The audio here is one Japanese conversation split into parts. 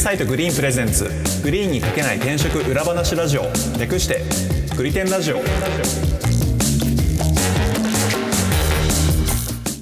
サイトグリーンプレゼンツグリーンにかけない転職裏話ラジオ略してグリテンラジオ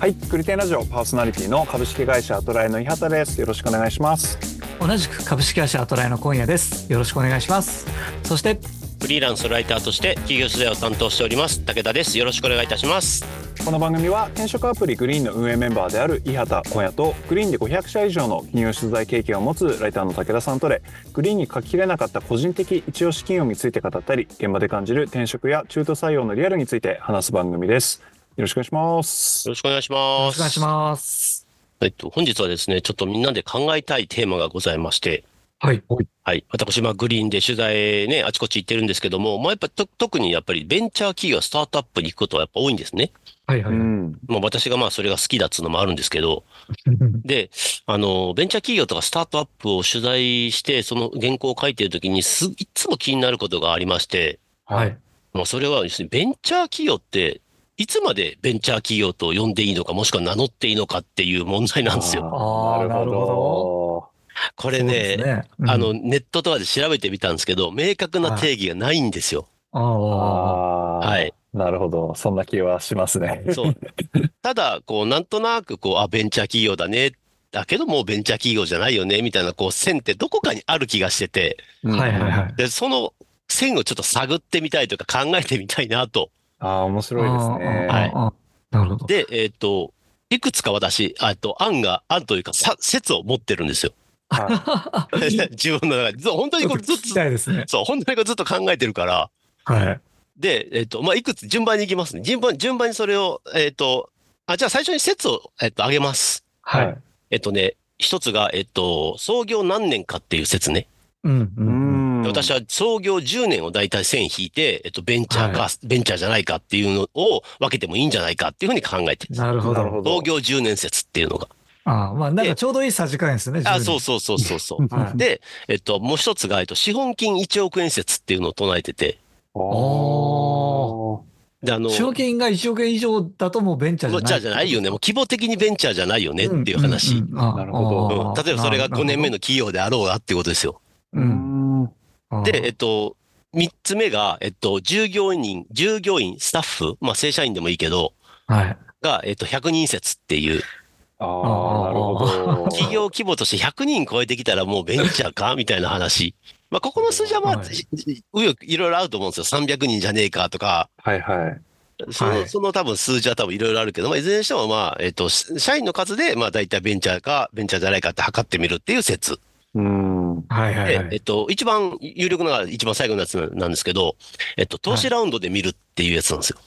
はいグリテンラジオパーソナリティの株式会社アトライの伊畑ですよろしくお願いします同じく株式会社アトライの今夜ですよろしくお願いしますそしてフリーランスライターとして企業取材を担当しております武田ですよろしくお願いいたしますこの番組は転職アプリグリーンの運営メンバーである伊畑小屋とグリーンで500社以上の金融取材経験を持つライターの武田さんとでグリーンに書ききれなかった個人的一押し金融について語ったり現場で感じる転職や中途採用のリアルについて話す番組ですよろしくお願いしますよろしくお願いしよまろしくお願いすしますえっと本日はですねちょっとみんなで考えたいテーマがございましてはいはい私まあグリーンで取材ねあちこち行ってるんですけどもまあやっぱと特にやっぱりベンチャー企業スタートアップに行くことはやっぱ多いんですねはいはうい、んまあ私がまあそれが好きだっつうのもあるんですけどで、あの、ベンチャー企業とかスタートアップを取材して、その原稿を書いてるときにす、いつも気になることがありまして、 はいまあ、それはですね、ベンチャー企業って、いつまでベンチャー企業と呼んでいいのか、もしくは名乗っていいのかっていう問題なんですよ。あーあーなるほここれね、あの、ネットとかで調べてみたんですけど、明確な定義がないんですよ。あああーはい。なるほどそんな気はしますねそう。 ただ、こう、なんとなく、こう、あ、ベンチャー企業だね。だけどもうベンチャー企業じゃないよね、みたいな、こう、線ってどこかにある気がしてて、はいはいいはいで、その線をちょっと探ってみたいとか考えてみたいなと。ああ面白いですねあーはいあーあーなるほどで、えっ、と、いくつか私、あと、案が、案というか、さ説を持ってるんですよ。 自分の中で。ず本当 にこれずっ聞きたと、いですねそう、本当にこれずっと考えてるから。はいで、えっ、と、まあ、いくつ、順番にいきますね。順番、順番にそれを、えっ、と、あ、じゃあ最初に説を、えっ、と、あげます。はい、えっ、とね、一つが、えっ、と、創業何年かっていう説ね。うんううんん私は創業10年を大体線引いて、えっと、ベンチャーか、はベンチャーじゃないかっていうのを分けてもいいんじゃないかっていうふうに考えてる。なるほどなるほど創業10年説っていうのが。ああまあなんかちょうどいいさじ加減ですねあ、そうそそうそうそうそう。はいで、えっと、もう一つが、えっと、資本金1億円説っていうのを唱えてて、おで、あの、賞金が1億円以上だともうベンチャーじゃベなンいチャーじゃないよね。もう規模的にベンチャーじゃないよねっていう話。うんななるほど例えばそれが5年目のの企業であろうがっていうことですよ。うんで、えっと、3つ目が、えっと、従業員、従業員、スタッフ、まあ、正社員でもいいけど、はいが、えっと、100人説っていう、あああ、ーなるほど。企業規模として100人超えてきたらもうベンチャーかみたいな話。まあ、ここの数字はまあ、はいい、いろいろあると思うんですよ。300人じゃねえかとか、はいはい。その,、はいその多分数字は多分いろいろあるけど、まあ、いずれにしてもまあ、えっ、と、し社員の数で、まあ、大体ベンチャーか、ベンチャーじゃないかって測ってみるっていう説。うん。はいはいで、はいえっ、と、一番有力なのが一番最後のやつなんですけど、えっ、と、投資ラウンドで見るっていうやつなんですよ。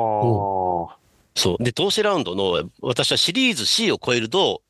はあ。そう。で、投資ラウンドの、私はシリーズ C を超えると、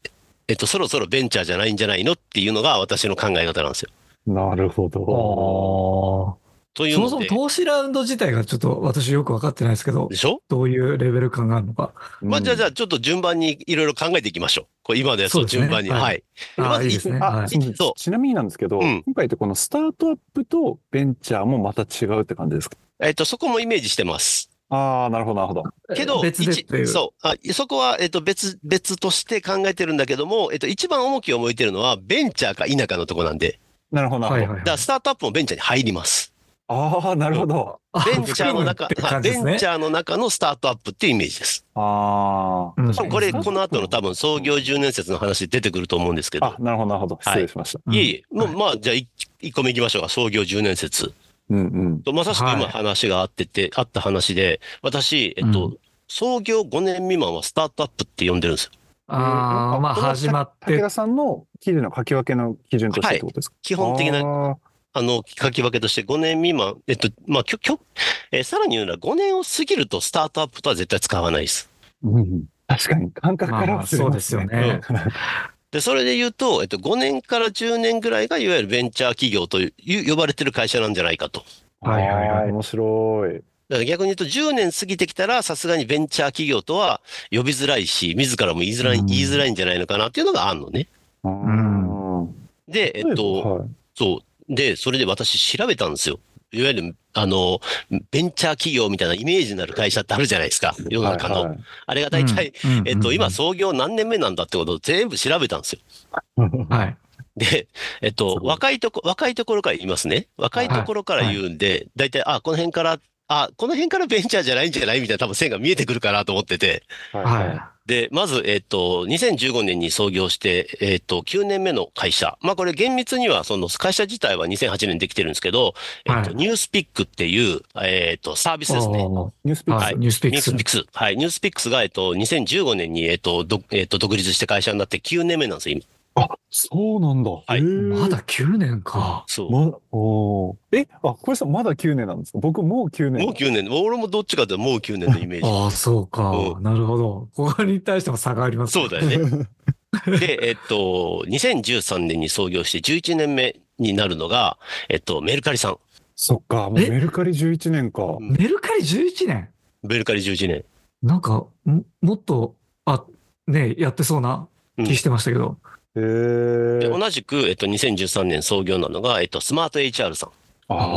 えっと、そろそろベンチャーじゃないんじゃないのっていうのが私の考え方なんですよ。なるほあど。ーというそのもで、そも投資ラウンド自体がちょっと私よく分かってないですけどで、しょ、どういうレベル感があるのか。まあ、じゃあ、じゃゃあ、ちょっと順番にいろいろ考えていきましょう。これ今のやつそうをですね順番に。はいはい。あまあ、ずいいですね。あ、はいちそうちなみになんですけど、うん今回ってこのスタートアップとベンチャーもまた違うって感じですかえっと、そこもイメージしてます。ああ、なるほど、なるほど。けど、別でっていう。一そうあ。そこは、えっと、別、別として考えてるんだけども、えっと、一番重きを向いてるのは、ベンチャーか否かのとこなんで、なるほど、なはいるはいほはいだからスタートアップもベンチャーに入ります。ど。ああ、なるほど。あベンチャーの中、含むって感じベですンねチャーの中のスタートアップっていうイメージです。ああ。うん多分これ、そうですこねの後の多分創業10年説の話出てくると思うんですけあど、。なるほど、なるほど。失礼しました。うんいえいえ、もうはまあ、じゃあい1個目いきましょうか。創業10年説。うんうん。とまさしくはい今話があってて、あった話で、私、えっと、う創業5年未満はスタートアップって呼んでるんですよ。ああ、まあこの始まっ武て。田さんの記事の書き分けの基準としてってことですか基本的な、な。あの、書き分けとして5年未満、えっと、まあ、きょ、きょ、えーさらに言うなら5年を過ぎるとスタートアップとは絶対使わないです。うん。確かに、感覚まかあらまあ、はそうですよね。で、それで言うと、えっと、5年から10年ぐらいが、いわゆるベンチャー企業という、呼ばれてる会社なんじゃないかと。はいはいはいあー面白い。だから逆に言うと10年過ぎてきたらさすがにベンチャー企業とは呼びづらいし、自らも言いづらい、うん言いづらいんじゃないのかなっていうのがあるのね。う。で、えっと、はい、そう。で、それで私調べたんですよ。いわゆる、あの、ベンチャー企業みたいなイメージのある会社ってあるじゃないですか。世の中はの。いあれが大体、うん、うんえっと、今うん創業何年目なんだってことを全部調べたんですよ。はいはい。で、えっとす、ごい若いとこ、若いところから言いますね。若いところから言うんで、大体、あ、この辺から、あ、この辺からベンチャーじゃないんじゃないみたいな多分線が見えてくるかなと思ってて。 はいはで、まず、えっと、2015年に創業して、えっと、9年目の会社。まあ、これ厳密には、その、会社自体は2008年できてるんですけど、えっはと、いニュースピックっていう、えっと、サービい。スですね。おーニュースピックスは、はいいニュースピッニュクスースピッ。クス。はい。ニュースピックスが、えっと、2015年に、えっと、どえっと、独立して会社になって9年目なんですよ、今。あ、そうなんだ。いへーまだ9年か。そう。もま、おーえ、あ、これさんまだ9年なんですか僕もう9う年。 9年。俺もどっちかっていうともう9年のイメージ。ああ、そうかう。なるほど。ここに対しても差があります。そうだよ ね。で、えっと、2013年に創業して11年目になるのが、えっと、メルカリさん。 そっか、もうメえルカリ11年か。メルカリ11年メルカリ11年。なんか、ももっと、あ、ねやってそうな気してましたけど。へで、ー。同じく、えっと、2013年創業なのが、えっと、スマート HR さん、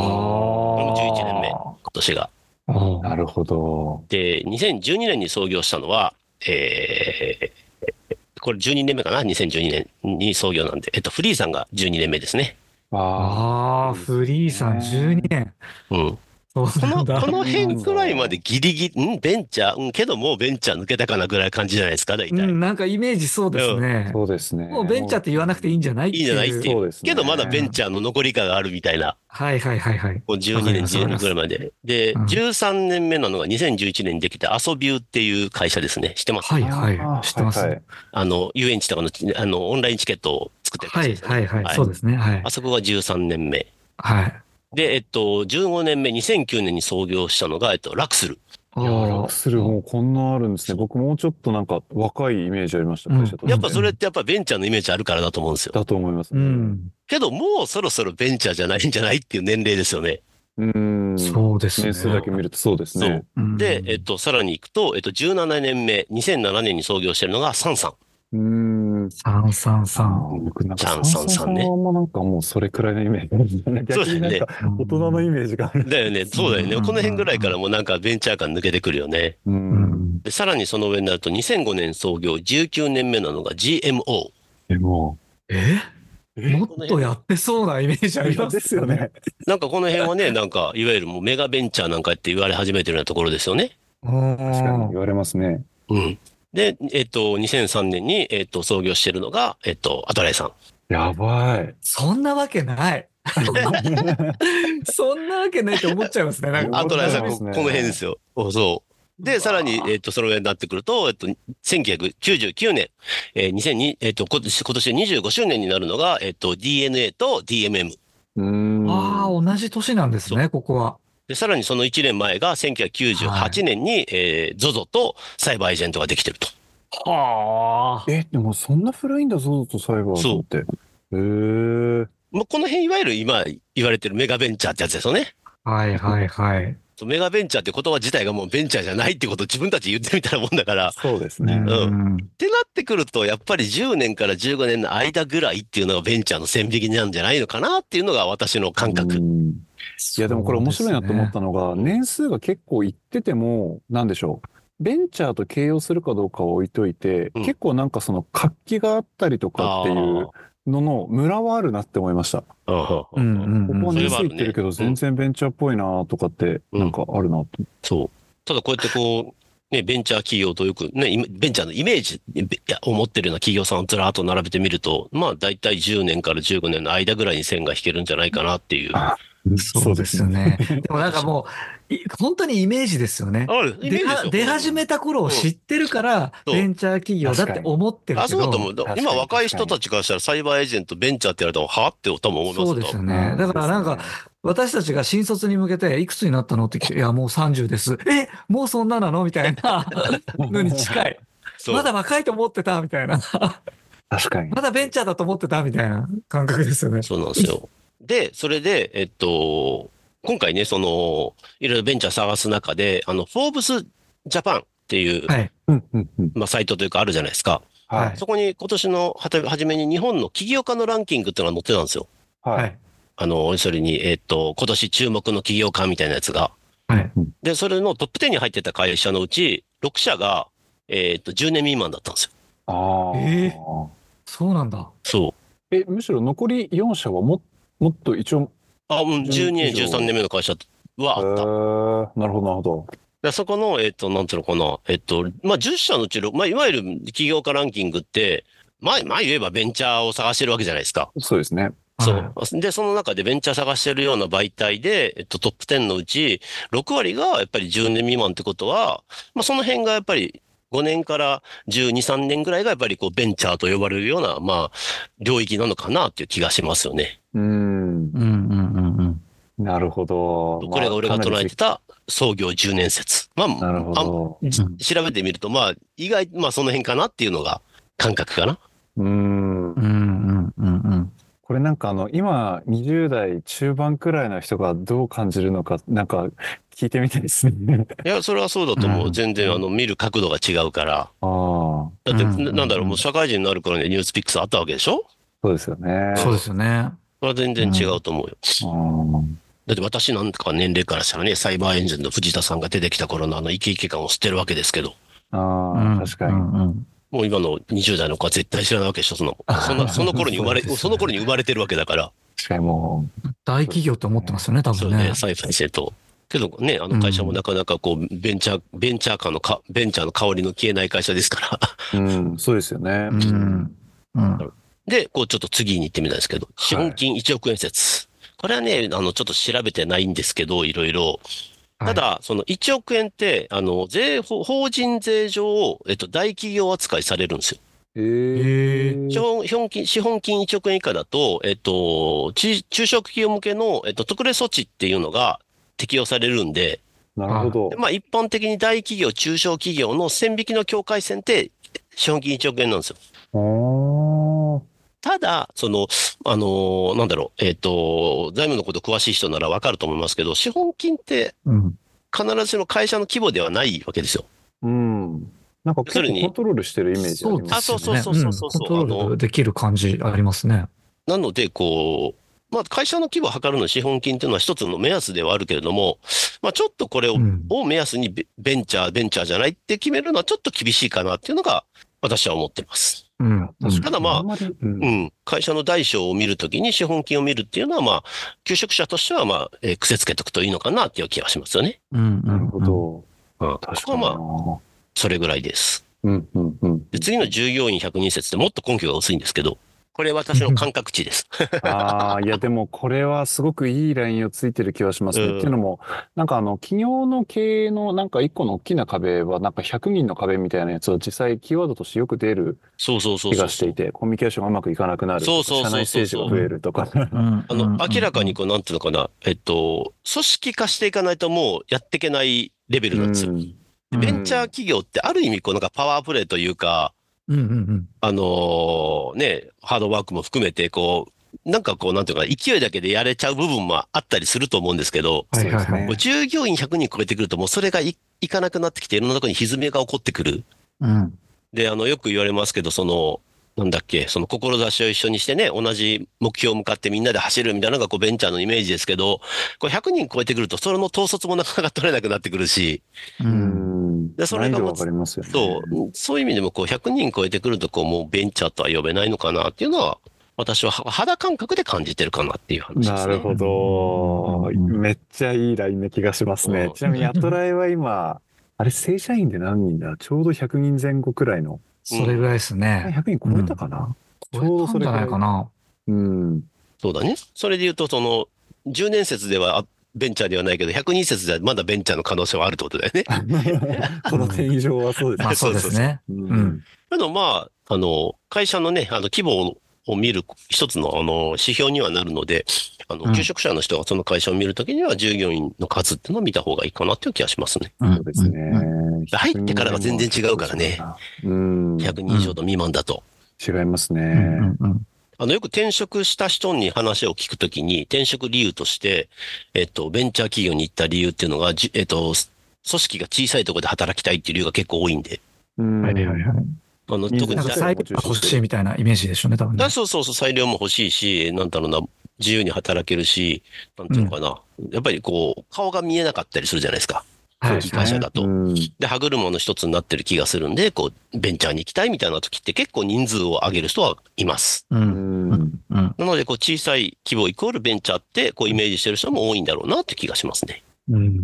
あこれも11年目今年が。ー。ああなるほど。で、2012年に創業したのは、えー、これ12年目かな ?2012 年に創業なんで、えっと、フリーさんが12年目ですね。ああー、フリーさん12年。うん。そうこなんの、だこ。の辺くらいまでギリギリ、んベンチャー、うん、けどもうベンチャー抜けたかなぐらい感じじゃないですか、大う体。ん、なんかイメージそうですねあ。。そうですね。もうベンチャーって言わなくていいんじゃないいいんじゃないってそいうう。ですねけどまだベンチャーの残りかがあるみたいな。はいはいはいはい。もうわ12年、かります12年くらいまで。で、うん13年目なのが2011年にできたアソビューっていう会社ですね。知ってますはいあはーい。知ってます。はいははいいあの、遊園地とかの、あの、オンラインチケットを作ってる会は社いですねはい。そうですね。はいあ。そこが13年目。はい。で、えっと、15年目、2009年に創業したのが、えっと、ラクスル。いやー、楽する、おーもうこんなあるんですね。僕もうちょっとなんか若いイメージありました、うん会社としてやっぱそれってやっぱベンチャーのイメージあるからだと思うんですよ。だと思います。うん。けど、もうそろそろベンチャーじゃないんじゃないっていう年齢ですよね。うん。そうですね。年数だけ見るとそうですね。うんで、えっと、さらに行くと、えっと、17年目、2007年に創業してるのがサンさん。うん。三三三。僕なんか、三三三 ねあんまなんかもうそれくらいのイメージ。そうだよね逆になんか大人のイメージがある。だよね。そうだよね。うんこの辺ぐらいからもうなんかベンチャー感抜けてくるよね。う。うんん。で、さらにその上になると2005年創業19年目なのが GMO。でも、ええもっとやってそうなイメージありますですよ。ね。なんかこの辺はね、なんかいわゆるもうメガベンチャーなんかって言われ始めてるようなところですよね。うん確かに言われますね。うん。で、えっと、2003年に、えっと、創業してるのが、えっと、アトライさん。やばい。そんなわけない。 そんなわけないって思っちゃいますね。なんかアトライさん、そうでこすこねの辺ですよ。おそう。で、さらに、えっと、その上になってくると、えっと、1999年、えー、2002、えっと、今年、今年で25周年になるのが、えっと、DNA と DMM。うん。ああ、同じ年なんですね、ここは。で、さらにその1年前が1998年に、えー、ZOZO とサイバーエージェントができてると。はえ、でもそんな古いんだぞ、と裁判そうって。へえ。まあ、この辺いわゆる今言われてるメガベンチャーってやつですよね。あ。はいはいはい。そうメガベンチャーって言葉自体がもうベンチャーじゃないってことを自分たち言ってみたらもんだから。っそうですうね。ん。。てなってくると、やっぱり10年から15年の間ぐらいっていうのがベンチャーの線引きなんじゃないのかなっていうのが私の感う覚。んいやでもこれ面白いなと思ったたのが、年数が結構いってても、なんでしょう。ベンチャーと形容するかどうかを置いといて、うん結構なんかその活気があったりとかっていうのの村はあるなって思いました。こあーううんんううんこんうはん。ね年数いってるけど、全然ベンチャーっぽいなとかって、うんなんかあるなと。そう。ただこうやってこう、ね、ベンチャー企業とよく、ね、イメベンチャーのイメージいやを持ってるような企業さんをずらーっと並べてみると、まあ大体10年から15年の間ぐらいに線が引けるんじゃないかなっていう。あそうですよ。ね。でもなんかもう、い本当にイメージですよね。ある出イメージですはよ出始めた頃を知ってるから、うんそうベンチャー企業だって思ってるあ、けそうだどと、思う。だ確かに今若い人たちからしたらサイバーエージェント、ベンチャーって言われたら、はあって多分思いますよそうですよね。だからなんか、、私たちが新卒に向けて、いくつになったのって聞いて、いや、もう30です。え、もうそんななのみたいなのに近い。そうまだ若いと思ってたみたいな。確かに。まだベンチャーだと思ってたみたいな感覚ですよね。そうなんですよ。で、それで、えっと、今回ね、その、いろいろベンチャー探す中で、あの、フォーブスジャパンっていう、はい。うんうんうん。まあ、サイトというかあるじゃないですか。はい。そこに今年のはた初めに日本の起業家のランキングっていうのが載ってたんですよ。は。はいい。あの、それに、えっと、今年注目の起業家みたいなやつが。はい。で、それのトップ10に入ってた会社のうち、6社が、えっと、10年未満だったんですよ。ああ。えーそうなんだ。そえ、むしろ残り4社はももっと一応、あ、うん、12年、13年目の会社はえあった。ー、なるほど、なるほど。でそこの、えっ、と、なんていうのかな、えっ、と、まあ、10社のうちの、まあ、いわゆる企業家ランキングって、まあ、まあ、言えばベンチャーを探してるわけじゃないですか。そうですね。そう。で、その中でベンチャー探してるような媒体で、えっと、トップ10のうち、6割がやっぱり10年未満ってことは、まあ、その辺がやっぱり、5年から12、3年ぐらいがやっぱりこうベンチャーと呼ばれるような、まあ、領域なのかなっていう気がしますよね。うん、うんうんうんうん。なるほど。これが俺が捉えた。てた創業10年説。まあ、なるほあど。調べてみると、まあ、意外、まあ、その辺かなっていうのが感覚かな。うん。うんうんうんうん。これなんかあの、今、20代中盤くらいの人がどう感じるのか、なんか聞いてみたいです ね。いや、それはそうだと思うんう。全然、あの、見る角度が違うから。ああ、だって、うんななんだろう、もう社会人になる頃にニュースピックスあったわけでしょそうですよね。そうですよね。それは全然違うと思うよ。うんだって私なんか年齢からしたらね、サイバーエンジンの藤田さんが出てきた頃のあのイケイケ感を捨てるわけですけど、ああ、確かうに。んうんもう今の20代の子は絶対知らないわけでしょ、その、そんなその頃に生まれ、そうですねその頃に生まれてるわけだから、確かにも大企業って思ってますよね、多そ分れねね、。サイバーエンジンと。けどね、あの会社もなかなかこう、ベンチャー、ベンチャー感のか、ベンチャーの香りの消えない会社ですかう、うら。ん、そうですよねう。ん。うん。で、こうちょっと次に行ってみたんですけど、資本金1億円説。これはね、あの、ちょっと調べてないんですけど、いろいろ。ただ、その1億円って、あの、税、法法人税上、えっと、大企業扱いされるんですよ。ええー資本資本金、資本金1億円以下だと、えっと、ち中小企業向けの、えっと、特例措置っていうのが適用されるんで、なるほどで。まあ、一般的に大企業、中小企業の線引きの境界線って、資本金1億円なんですよ。あーただ、その、あのーなんだろう、えっ、と、財務のこと詳しい人ならわかると思いますけど、資本金ってうん。必ずしも会社の規模ではないわけですよ。うん。なんか結要する構にコントロールしてるイメージあそりまうですよね。すあそうそうそうそうそううんコントロールできる感じありますね。なので、こう、まあ、会社の規模を測るのに資本金っていうのは一つの目安ではあるけれども、まあ、ちょっとこれを,、うんを目安にベベンチャー、ベンチャーじゃないって決めるのはちょっと厳しいかなっていうのが、私は思ってます。うん。確かにただまあんまりうんうん。会社の大小を見るときに資本金を見るっていうのは、まあ、求職者としては、まあ、えー癖つけとくといいのかなっていう気がしますよね。うん。なるほど。うん。確確かかにに。な。まあ、それぐらいです。うんうんうん。で、次の従業員102説ってもっと根拠が薄いんですけど、これ私の感覚値です。ああ、いや、でもこれはすごくいいラインをついてる気はしますね。うんっていうのも、なんかあの、企業の経営のなんか一個の大きな壁は、なんか100人の壁みたいなやつを実際キーワードとしてよく出るそうそうそう気そうがしていて、コミュニケーションがうまくいかなくなるそうとかそうそう社内ステージが増えるとか。うん。あの、明らかにこう、なんていうのかな、えっと、組織化していかないともうやっていけないレベルなんですよ。うん、ベンチャー企業ってある意味、こうなんかパワープレイというか、うんうんうん。あのーね、ハードワークも含めて、こう、なんかこう、なんていうのかな、勢いだけでやれちゃう部分もあったりすると思うんですけど、はいはいそうはですいね。もう従業員100人超えてくると、もうそれがいいかなくなってきて、いろんなところに歪みが起こってくる。うん。で、あの、よく言われますけど、その、なんだっけ、その志を一緒にしてね、同じ目標を向かってみんなで走るみたいなのがこうベンチャーのイメージですけど、これ100人超えてくると、それの統率もなかなか取れなくなってくるし、う。うんん。でそれ難易が度もうわかりますよね。そう、そういう意味でもこう100人超えてくると、こうもうベンチャーとは呼べないのかなっていうのは、私はは肌感覚で感じてるかなっていう話ですね。なるほど。うんめっちゃいいラインな気がしますねう。んちなみに、アトライは 今、あれ、正社員で何人だちょうど100人前後くらいの。それぐらいですね。 100人超えたかなちょうど超そえたんれじぐゃらないいかな。うん。そうだね。それで言うと、その、10年説ではあベンチャーではないけど、102説ではまだベンチャーの可能性はあるってことだよね。この点以上はそうですまあそうですね。ううんん。あの、まあ、あの、会社のね、あの、規模を見る一つの、あの、指標にはなるので、あうの、ん求職者の人がその会社を見るときには、従業員の数っていうのを見た方がいいかなっていう気がしますね。そうですね。入ってからが全然違うからねうん。違100人以上の未満だと。いますうんうね。んうんあの、よく転職した人に話を聞くときに、転職理由として、えっと、ベンチャー企業に行った理由っていうのが、じえっと、組織が小さいところで働きたいっていう理由が結構多いんで、うんはいはいはい。あの、人数特なにんか最後が欲しいみたいなイメージでしょうね、多分ねだ。そうそうそう、裁量も欲しいし、なんだろうな、自由に働けるし、なんていうのかな、やっぱりこう、顔が見えなかったりするじゃないですか。はい大きい会社だと。うんで、歯車の一つになってる気がするんで、こう、ベンチャーに行きたいみたいな時って結構人数を上げる人はいます。う。うんんうん。なので、こう、小さい規模イコールベンチャーって、こう、イメージしてる人も多いんだろうなって気がしますね。うん。い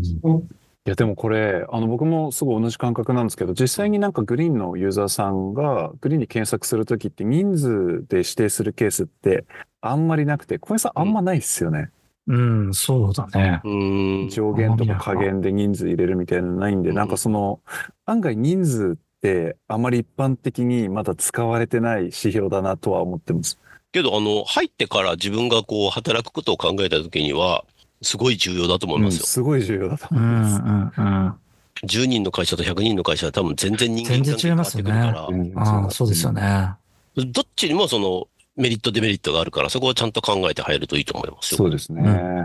やでもこれあの僕もすごい同じ感覚なんですけど実際になんかグリーンのユーザーさんがグリーンに検索するときって人数で指定するケースってあんまりなくて小林さんあんまないっすよね、うん、そうだね。うーん。上限とか下限で人数入れるみたいなのないんでうんなんかその案外人数ってあまり一般的にまだ使われてない指標だなとは思ってます。けど、あの、入ってから自分がこう、働くことを考えた時には、すごい重要だと思いますうんよ。すごい重要だとう思いん、うます。ん、うん。 10人の会社と100人の会社は多分全然人間関係全然違いますよね変わってくるうんああ、そうですよ。ね。から、どっちにもその、メリット、デメリットがあるから、そこをちゃんと考えて入るといいと思いますよ。そうですね。うん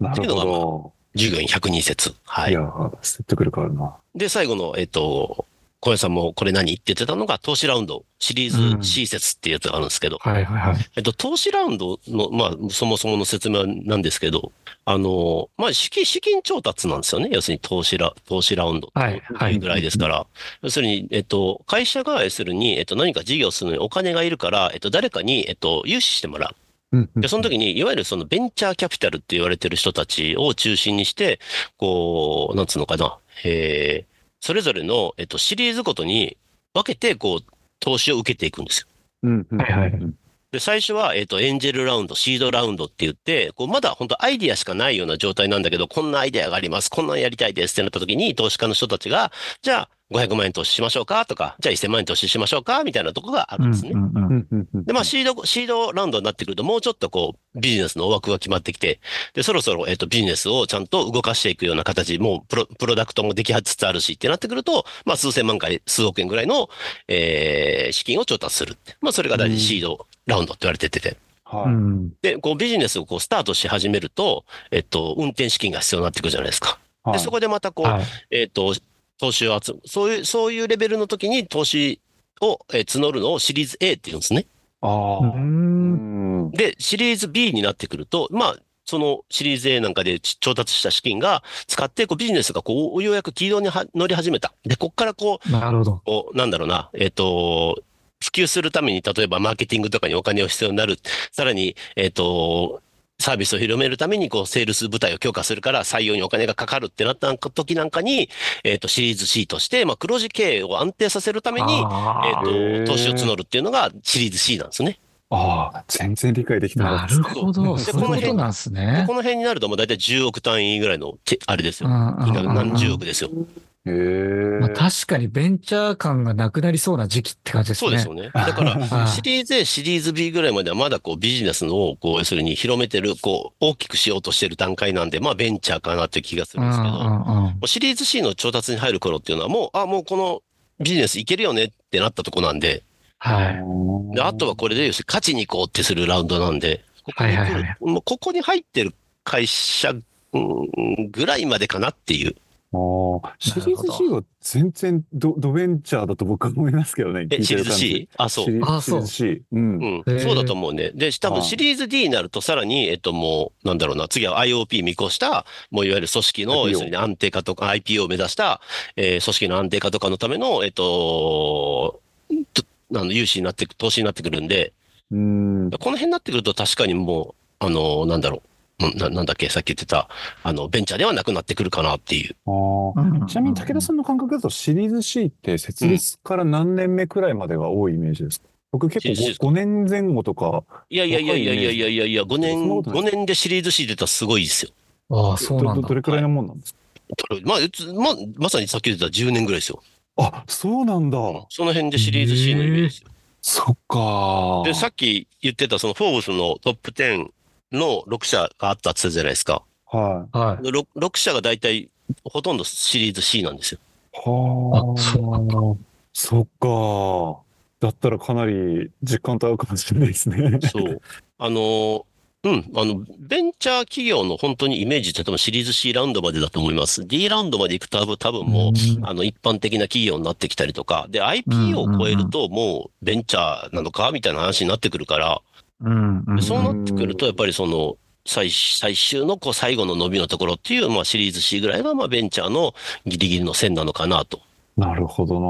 なるほど。従業員100人説。はいい。や、説得力あるな。で、最後の、えっ、と、小林さんもこれ何って言ってたのが、投資ラウンド、シリうーんズ C 説っていうやつがあるんですけど、はい、はい、はい。えっと、投資ラウンドの、まあ、そもそもの説明なんですけど、あの、まあ、資金、資金調達なんですよね。要するに投資ラ、投資ラウンド。はいはいぐらいですから。要するに、えっと、会社が、要するに、えっと、何か事業するのにお金がいるから、えっと、誰かに、えっと、融資してもらう。うんで、その時に、いわゆるそのベンチャーキャピタルって言われてる人たちを中心にして、こう、なんつうのかな、えーそれぞれの、えっと、シリーズごとに分けて、こう、投資を受けていくんですよ。うんうんはいはいで、最初は、えっと、エンジェルラウンド、シードラウンドって言って、こう、まだ本当アイディアしかないような状態なんだけど、こんなアイディアがあります、こんなんやりたいですってなった時に、投資家の人たちが、じゃあ、500万円投資しましょうかとか、じゃあ1000万円投資しましょうかみたいなとこがあるんですね。うんうんううんんうんうんで、まあ、シード、シードラウンドになってくると、もうちょっとこう、ビジネスの大枠が決まってきて、で、そろそろ、えっ、と、ビジネスをちゃんと動かしていくような形、もう、プロ、プロダクトもできつつあるしってなってくると、まあ、数千万回、数億円ぐらいの、えー、資金を調達するって。まあ、それが大うん事、シードラウンドって言われてて。うはん。で、こう、ビジネスをこう、スタートし始めると、えっと、運転資金が必要になってくるじゃないですか。い。で、そこでまたこう、はい。えっ、と、投資を集め、そういう、そういうレベルの時に投資を、えー募るのをシリーズ A って言うんですね。あう。あ。うんん。で、シリーズ B になってくると、まあ、そのシリーズ A なんかでち調達した資金が使って、こうビジネスがこう、ようやく軌道には乗り始めた。で、こっからこう、なるほど。こうなんだろうな、えっ、と、普及するために、例えばマーケティングとかにお金を必要になる。さらに、えっ、と、サービスを広めるために、こう、セールス部隊を強化するから、採用にお金がかかるってなった時なんかに、えっ、と、シリーズ C として、まあ、黒字経営を安定させるために、えっ、あへーと、投資を募るっていうのがシリーズ C なんですね。ああ、全然理解できーてななかるっほど。でそういうことなんですでねこ。の辺になると、もう大体10億単位ぐらいのて、あれですうよ。んうんうんうん何十億ですよ。た。へまあ、え。確かにベンチャー感がなくなりそうな時期って感じですそうね。ですよね。だから、はいシリーズ A、シリーズ B ぐらいまではまだこうビジネスの、こう、要するに広めてる、こう、大きくしようとしてる段階なんで、まあベンチャーかなっていう気がすうるんんですけど、うもんうん。うシリーズ C の調達に入る頃っていうのはもう、あ、もうこのビジネスいけるよねってなったとこなんで、はい。で、あとはこれで、要するに勝ちに行こうってするラウンドなんで、ここに来るはいはいはもうここに入ってる会社、うんぐらいまでかなっていう。ああ、シリーズ C は全然ドドベンチャーだと僕は思いますけどね。え、シリーズ C? あ、そ。そうシ。うリあーそうズ C。うん。うへーん、そうだと思うね。で、多あ分ーシリーズ D になると、さらに、えっと、もう、なんだろうな、次は IOP 見越した、もういわゆる組織 IPO の、要するに安定化とか、IPO を目指した、えー組織の安定化とかのための、えっと、とあの融資になってく、投資になってくるんで、うん。この辺になってくると、確かにもう、あの、なんだろう、うんななんだっけ、さっき言ってた、あの、ベンチャーではなくなってくるかなっていう。ああ。ちなみに武田さんの感覚だとシリーズ C って設立から何年目くらいまでが多いイメージですか僕結シリーズ C です構 5, 年前後とか、いやいやいやいやいやいやいやいや、5そ年、んなことない5年でシリーズ C 出たらすごいですよ。ん。ああ、そうなんどだど。れくらいのもんなんですか、まあ、うつまあ、まさにさっき言ってた10年ぐらいですよ。あ、そうなんだ。その辺でシリーズ C のイメージですよそっか。で、さっき言ってた、そのフォーブスのトップ10の6社があったって言ったじゃないですか。はい。はい。 6, 6社が大体、ほとんどシリーズ C なん ですよ。はあ。あそうなんだそっか。だったらかなり実感と合うかもしれないですね。そう。あの、うん、あの、ベンチャー企業の本当にイメージって多分シリーズ C ラウンドまでだと思います。D ラウンドまで行くと多分多分もう、あの、一般的な企業になってきたりとか、で、IPO を超えるともうベンチャーなのかみたいな話になってくるから、うん。うんうん。そうなってくると、やっぱりその、最最終のこう最後の伸びのところっていう、まあ、シリーズ C ぐらいが、まあ、ベンチャーのギリギリの線なのかなと。なるほど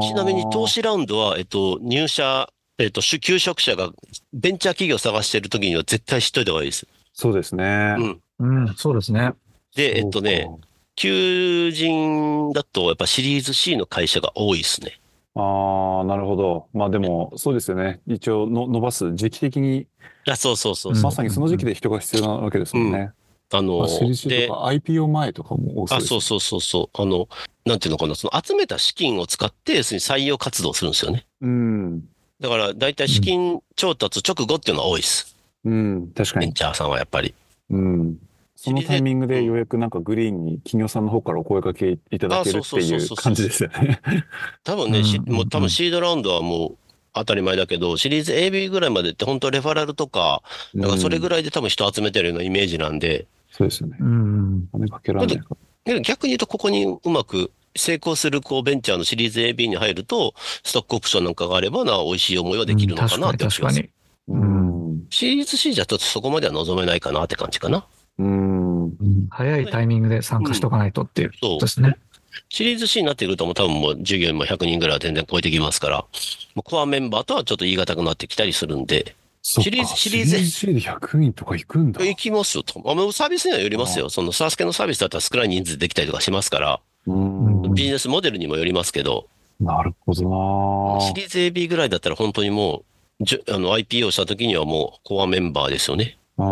なちなみに投資ラウンドは、えっと、入社、えっと、し求職者がベンチャー企業を探してる時には絶対知っといた方がいいです。そうですね。うん。うん、そうですね。で、えっとね、そうか。求人だとやっぱシリーズ C の会社が多いですね。ああ、なるほど。まあでも、そうですよね。一応の、伸ばす時期的に、あ、そうそうそううんそう。まさにその時期で人が必要なわけですもんね。あまのあ、セリシでーと、か IPO 前とかも多そうあ、ですそうそうそうそう。あの、なんていうのかな、その集めた資金を使って、要するに採用活動するんですよね。うん。だから、大体資金調達直後っていうのは多いです。うん。確かベンに。チャーさんはやっぱり。うん。そのタイミングうでんようやくなんかグリーンに企業さんの方からお声掛けいただけるってあそうそういそううそう感じですよね。多分ね、しうんもう多分シードラウンドはもう当たり前だけど、シリーズ AB ぐらいまでって本当レファラルとか、 だからそれぐらい。らいで多分人集めてるようなイメージなんで、そうですよね。うん。金かけられないから。で逆に言うとここにうまく成功するこうベンチャーのシリーズ AB に入ると、ストックオプションなんかがあればな、美味しい思いはできるのかなってうん思い確かまにす。確かうん。シリーズ C じゃちょっとそこまでは望めないかなって感じかな。うん。に、うん早いタイミングで参加しとかないとっていうそこうと。ですね。シリーズ C になってくるともう多分もう従業員も100人ぐらいは全然超えてきますから、もうコアメンバーとはちょっと言い難くなってきたりするんで、そっかシリーズシリーズシリーズ C で100人とか行くんだ。行きますよと。あのサービスにはよりますよ。そのサースケのサービスだったら少ない人数でできたりとかしますから、うんうんビジネスモデルにもよりますけど、なるほどなシリーズ AB ぐらいだったら本当にもう、じゅあの IPO した時にはもうコアメンバーですよね。う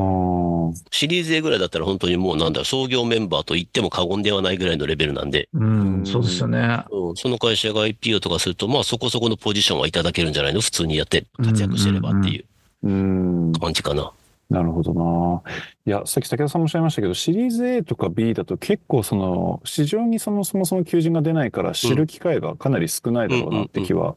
ん。シリーズ A ぐらいだったら本当にもうなんだろう、創業メンバーと言っても過言ではないぐらいのレベルなんで、うん、そうですよね。うんその会社が IPO とかすると、まあそこそこのポジションはいただけるんじゃないの普通にやって活躍してればっていううん。感じかな。なるほどな。いや、さっき武田さんもおっしゃいましたけど、シリーズ A とか B だと結構その、市場にそのそもそも求人が出ないから知る機会がかなり少ないだろうなって気は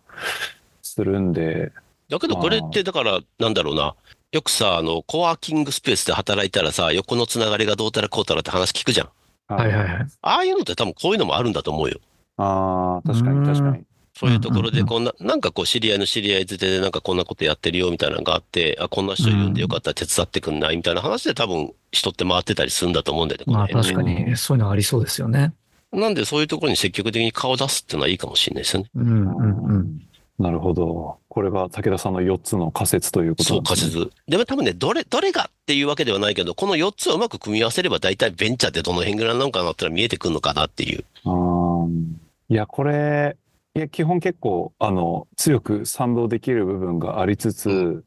するんで、だけどこれってだから、なんだろうな。よくさ、あの、コワーキングスペースで働いたらさ、横のつながりがどうたらこうたらって話聞くじゃん。はいはいはい。ああいうのって多分こういうのもあるんだと思うよ。ああ、確かに確かに。そういうところうんうんうでんこんな、なんかこう知り合いの知り合いづてでなんかこんなことやってるよみたいなのがあって、あ、こんな人いるんでよかったら手伝ってくんないみたいな話で多分人って回ってたりするんだと思うんだよね。このまあ辺確かに、そういうのありそうですよね。なんでそういうところに積極的に顔出すっていうのはいいかもしれないですよね。うん、うん、うん。なるほど。これが武田さんの4つの仮説ということそなうん仮ですね。説。でも多分ね、どれ、どれがっていうわけではないけど、この4つをうまく組み合わせれば大体ベンチャーってどの辺ぐらいなのかなってのは見えてくるのかなっていう。あーいや、これ、いや、基本結構、あの、強く賛同できる部分がありつつ、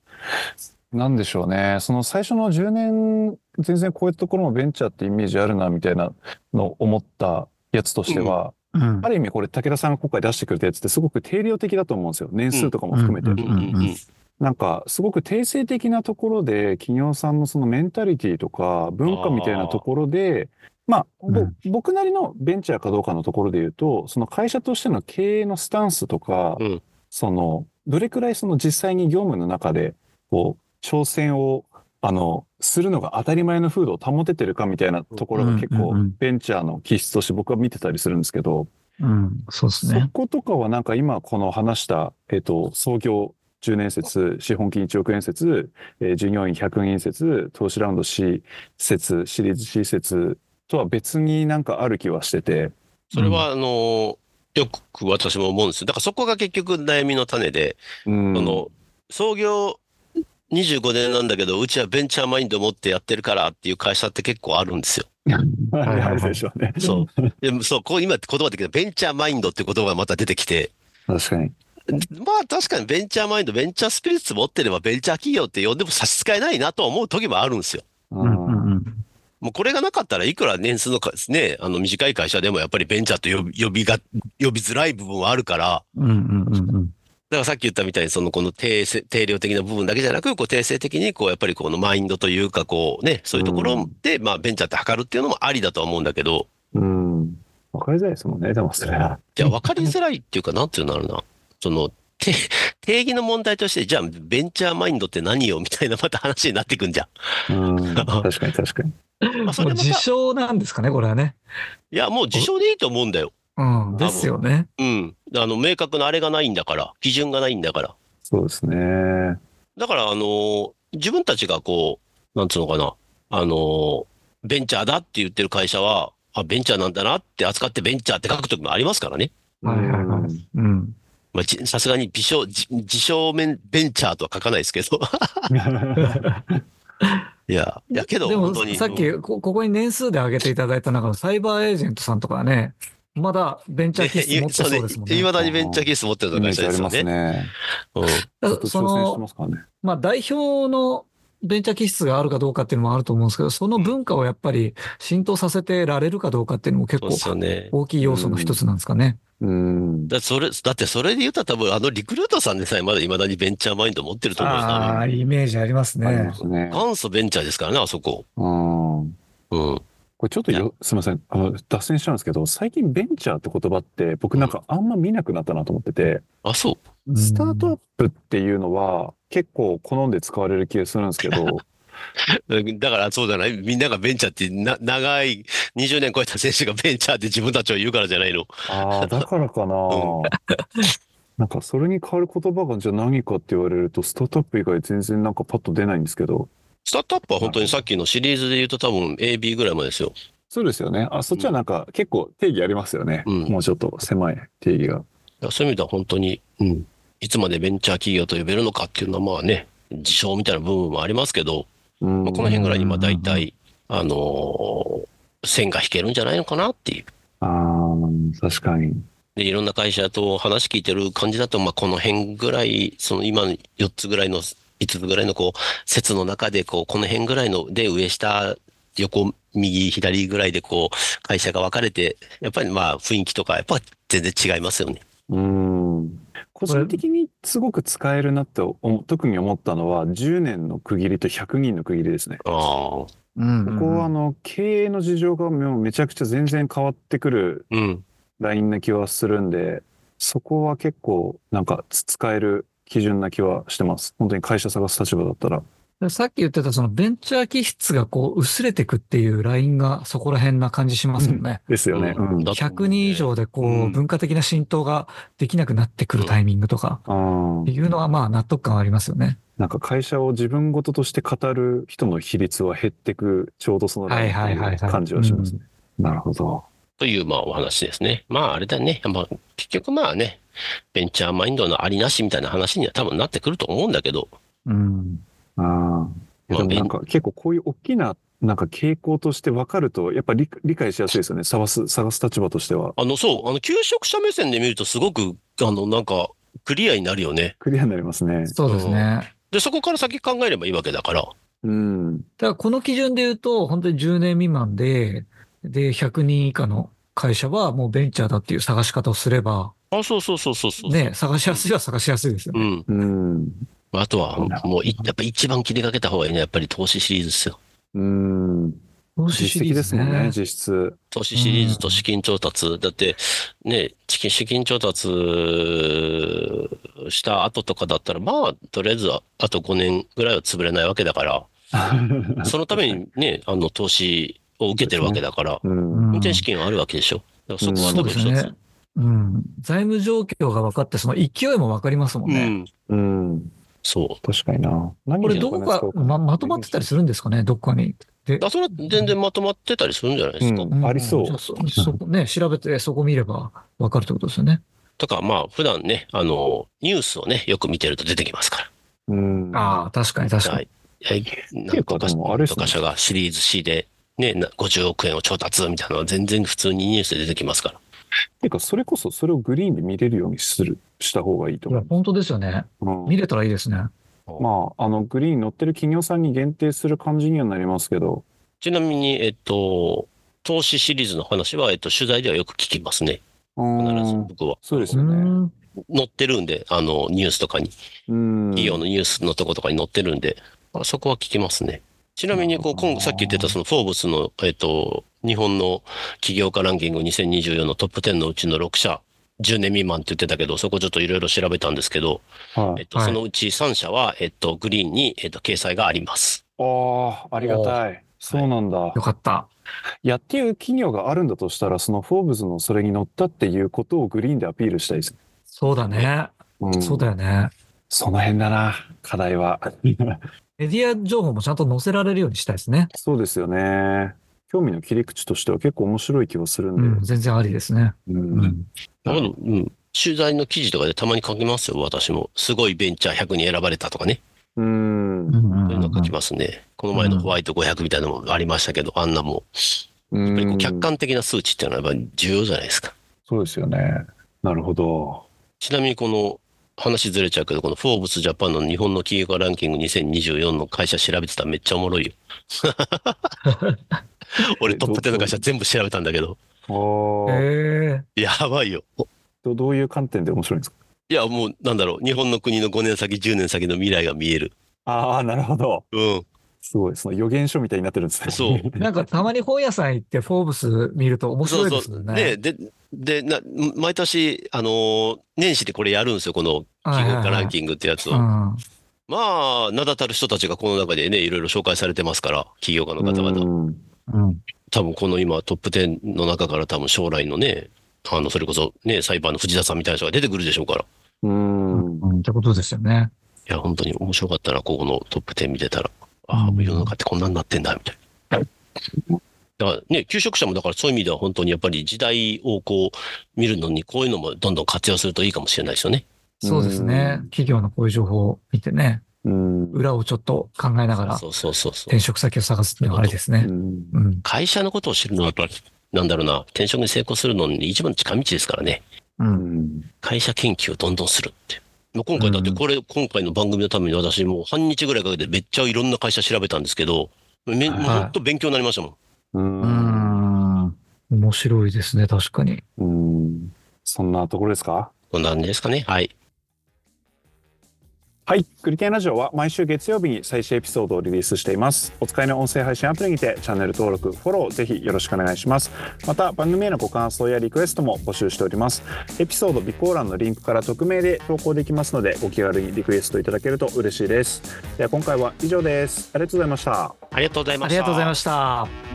なんでしょうね。その最初の10年、全然こういうところもベンチャーってイメージあるな、みたいなのを思ったやつとしては、うんある意味これ、武田さんが今回出してくれたやつってすごく定量的だと思うんですよ。年数とかも含めて。うんうんうんうん。なんか、すごく定性的なところで、企業さんのそのメンタリティとか文化みたいなところで、まあ、ぼうん僕なりのベンチャーかどうかのところで言うと、その会社としての経営のスタンスとかうん、その、どれくらいその実際に業務の中で、こう、挑戦を、あの、するのが当たり前の風土を保ててるかみたいなところが結うん構うんうん、ベンチャーの気質として僕は見てたりするんですけど、うん、そうですそね。ことかはなんか今この話した、えっと、創業10年説、資本金1億円説、えー従業員100人説、投資ラウンド C 説、シリーズ C 説とは別になんかある気はしてて、それは、あのー、よく私も思うんですよ。だからそこが結局悩みの種で、うんその、創業25年なんだけど、うちはベンチャーマインド持ってやってるからっていう会社って結構あるんですよ。あはいはいはいるでしょうね。そう。でもそう、こう今言葉でけど、ベンチャーマインドって言葉がまた出てきて、確かに。まあ確かにベンチャーマインド、ベンチャースピリッツ持ってればベンチャー企業って呼んでも差し支えないなと思う時もあるんですよ。ううん、うんん、うん。もうこれがなかったらいくら年数のかね、あの短い会社でもやっぱりベンチャーと呼び呼びが、呼びづらい部分はあるから、うん、うん、うんだからさっき言ったみたいに、そのこの定性定量的な部分だけじゃなく、こう定性的に、こうやっぱりこのマインドというか、こうね、そういうところで、まあベンチャーって測るっていうのもありだとは思うんだけど、うん。わかりづらいですもんね、でもそれは。じゃあ分かりづらいっていうか、なんていうんだろうな。その、て定義の問題として、じゃあベンチャーマインドって何よみたいなまた話になってくんじゃうん。確かに確かに。ん。まあそもうれまた、自い称なんですかね、これはね。や、もう自称でいいと思うんだよ。うん、分ですよね。うん。あの、明確なあれがないんだから、基準がないんだから。そうですね。だから、あのー自分たちがこう、なんつうのかな、あの、ベンチャーだって言ってる会社は、あ、ベンチャーなんだなって扱ってベンチャーって書くときもありますからね。はいはいはいうんうん。まあじさすがに微小、じ自称面ベンチャーとは書かないですけど。 いや、いやけど、でも本当に。さっきこ、ここに年数で挙げていただいた中のサイバーエージェントさんとかはね、まだベンチャー気質持ってそうですもんいね。まだにベンチャーケース持ってるイようなメー会社ジあでりすよますね。ね。うんちょだっかとら挑戦そしてのま、すからね。まあ代表のベンチャー気質があるかどうかっていうのもあると思うんですけど、その文化をやっぱり浸透させてられるかどうかっていうのも結そうですよ構ね。大きい要素の一つなんですかね。うん。だそれだってそれで言ったら多分あのリクルーターさんでさえまだいまだにベンチャーマインド持ってると思うんですよああ、イメージありますありまね。すね。元祖ベンチャーですからね、あそこ。うん。うん。これちょっとよ、すみません。あの、脱線しちゃうんですけど、最近ベンチャーって言葉って、僕なんかあんま見なくなったなと思ってて、あ、そう。うんスタートアップっていうのは結構好んで使われる気がするんですけ ど、だからそうじ ゃないみんながベンチャーってな、長い20年超えた選手がベンチャーって自分たちを言うからじゃないの。ああ、だからかなう。なんかそれに変わる言葉がじゃあ何かって言われると、スタートアップ以外全然なんかパッと出ないんですけど、スタートアップは本当にさっきのシリーズで言うと多分 AB ぐらいまでですよ。そうですよね。あ、そっちはなんか結構定義ありますよね。うんもうちょっと狭い定義が。だからそういう意味では本当に、うん、いつまでベンチャー企業と呼べるのかっていうのはまあね、自称みたいな部分もありますけど、うんまあ、この辺ぐらいにまあ大体、あのー線が引けるんじゃないのかなっていう。ああ、確かに。で、いろんな会社と話聞いてる感じだと、まあ、この辺ぐらい、その今の4つぐらいの、5つぐらいのこう、説の中で、こう、この辺ぐらいの、で、上下、横、右、左ぐらいでこう、会社が分かれて、やっぱりまあ、雰囲気とか、やっぱ全然違いますよね。うん。個人的にすごく使えるなって思特に思ったのは、10年の区切りと100人の区切りですね。ああ。うんここはあの、経営の事情がもうめちゃくちゃ全然変わってくるうん。ラインな気はするんで、そこは結構なんかつ使える基準な気はしてます。本当に会社探す立場だったら。さっき言ってたそのベンチャー気質がこう薄れてくっていうラインがそこら辺な感じしますよね。ですよね。ううんん。だと思う100ね人以上でこううん文化的な浸透ができなくなってくるタイミングとかあってーいうのはまあ納得感はありますよね。なんか会社を自分事として語る人の比率は減ってく、ちょうどそのラインっていうはいはいはいはい感じはしますね。なるほど。という、まあ、お話ですね。まあ、あれだね。まあ、結局まあね、ベンチャーマインドのありなしみたいな話には多分なってくると思うんだけど、うん。ああ。まあでもなんか結構こういう大きななんか傾向として分かると、やっぱり理解しやすいですよね。探す、探す立場としては。あの、そう、あの、求職者目線で見るとすごく、あの、なんか、クリアになるよね。クリアになりますね。そうですね。で、そこから先考えればいいわけだから。うん。だからこの基準で言うと本当に10年未満で、で100人以下の会社はもうベンチャーだっていう探し方をすれば、あ、そうそうそうそうそう。ね、探しやすいは探しやすいですようね。ん。うん。あとは、もうい、やっぱ一番切りかけた方がいいね。やっぱり投資シリーズですよ。うん。投資シ実リ績ーでズすもんね、実質。 投資シリーズと資金調達。だって、ね、資金資金調達した後とかだったら、まあ、とりあえず、ああと5年ぐらいは潰れないわけだから、そのためにね、あの、投資を受けてるわけだから、うん。運転資金はあるわけでしょ。だからそこはそ多うで分一すつ。ね。うん。財務状況が分かって、その勢いも分かりますもんうね。ん。うん。そ確かにな。何これにどおこ金使おうか、ま、まとまってたりするんですかね、どこかに。でう。だ、それは全然まとまってたりするんじゃないですか。うんありそうじゃそそこね、調べて、そこ見れば分かるってことですよね。とか、まあ、普段ね、あの、ニュースをね、よく見てると出てきますから。うん。ああ、確かに確かはに。い。はいてい何うかとか、でもあれで何すとねか社がシリーズ C で、ね、な50億円を調達みたいなのは全然普通にニュースで出てきますから。ていうか、それこそそれをグリーンで見れるようにする、した方がいいといや、思本当ですよね。う。見れたらいいですね。うん。まあ、あの、グリーン乗ってる企業さんに限定する感じにはなりますけど、ちなみに、えっと、投資シリーズの話は、えっと、取材ではよく聞きますね。う必ずん。僕は。そうですうよね。ん。載ってるんで、あの、ニュースとかに、うん。企業のニュースのとことかに載ってるんで、あそこは聞きますね。ちなみに、こう、今後、さっき言ってた、その、フォーブスの、えっと、日本の起業家ランキング2024のトップ10のうちの6社、10年未満って言ってたけど、そこちょっといろいろ調べたんですけど、はえい。っと、はいそのうち3社は、えっと、グリーンに、えっと、掲載があります。ああ、ありがたい。そうなんだ。よかった。いやっていう企業があるんだとしたら、そのフォーブズのそれに乗ったっていうことをグリーンでアピールしたいです。そうだね。うんそうだよね。 その辺だな、課題は。メディア情報もちゃんと載せられるようにしたいですね。そうですよね。興味の切り口としては結構面白い気はするんうで。ん、全然ありですね。うんうん。あのうん。取材の記事とかでたまに書きますよ、私も。すごいベンチャー100に選ばれたとかね。うんうんうんそういううんの書きますね。この前のホワイト500みたいなのもありましたけど、あんなもやっん。ぱやっぱりりここう客う客観観的な数値っていうのはやっぱり重要じゃないですか。そうですよね。なるほど。ちなみにこの話ずれちゃうけど、このフォーブスジャパンの日本の企業家ランキング2024の会社調べてたらめっちゃおもろいよ。 俺トップ10の会社全部調べたんだけど、あーへえやばいよ。どどういう観点で面白いんですかいや、もうなんだろう、日本の国の5年先、10年先の未来が見える。ああ、なるほど。うん。すごい。その予言書みたいになってるんですね。そうなんかたまに本屋さん行ってフォーブス見ると面白いですよね。ねで、で、な、毎年、あのー年始でこれやるんですよ、この企業家ランキングってやつを。うんまあ、名だたる人たちがこの中でね、いろいろ紹介されてますから、企業家のうん方々。うん多分この今トップ10の中から多分将来のね、あの、それこそね、裁判の藤田さんみたいな人が出てくるでしょうから。いうん。うんってことですよね。や、本当に面白かったな、ここのトップ10見てたら。ああ、もう世の中ってこんなんなってんだ、みたいな。だからね、求職者もだからそういう意味では本当にやっぱり時代をこう見るのにこういうのもどんどん活用するといいかもしれないですよね。そうですね。企業のこういう情報を見てね、うん。裏をちょっと考えながらそうそうそうそう転。職先を探すっていうのはあれですねう。んうん。会社のことを知るのはやっぱり、なんだろうな、転職に成功するのに一番の近道ですからね。う。うんん。会社研究をどんどんするって。まあ今回だってこれ、今回の番組のために私もう半日ぐらいかけてめっちゃいろんな会社調べたんですけど、め、はいもうほんと勉強になりましたもん。うんうん面白いですね、確かに。うん。そんなところですかこんなんですかね。はい。はい。クリテンラジオは毎週月曜日に最新エピソードをリリースしています。お使いの音声配信アプリにてチャンネル登録、フォローぜひよろしくお願いします。また番組へのご感想やリクエストも募集しております。エピソード備考欄のリンクから匿名で投稿できますのでお気軽にリクエストいただけると嬉しいです。では今回は以上です。ありがとうございました。ありがとうございまあした。りがとうございました。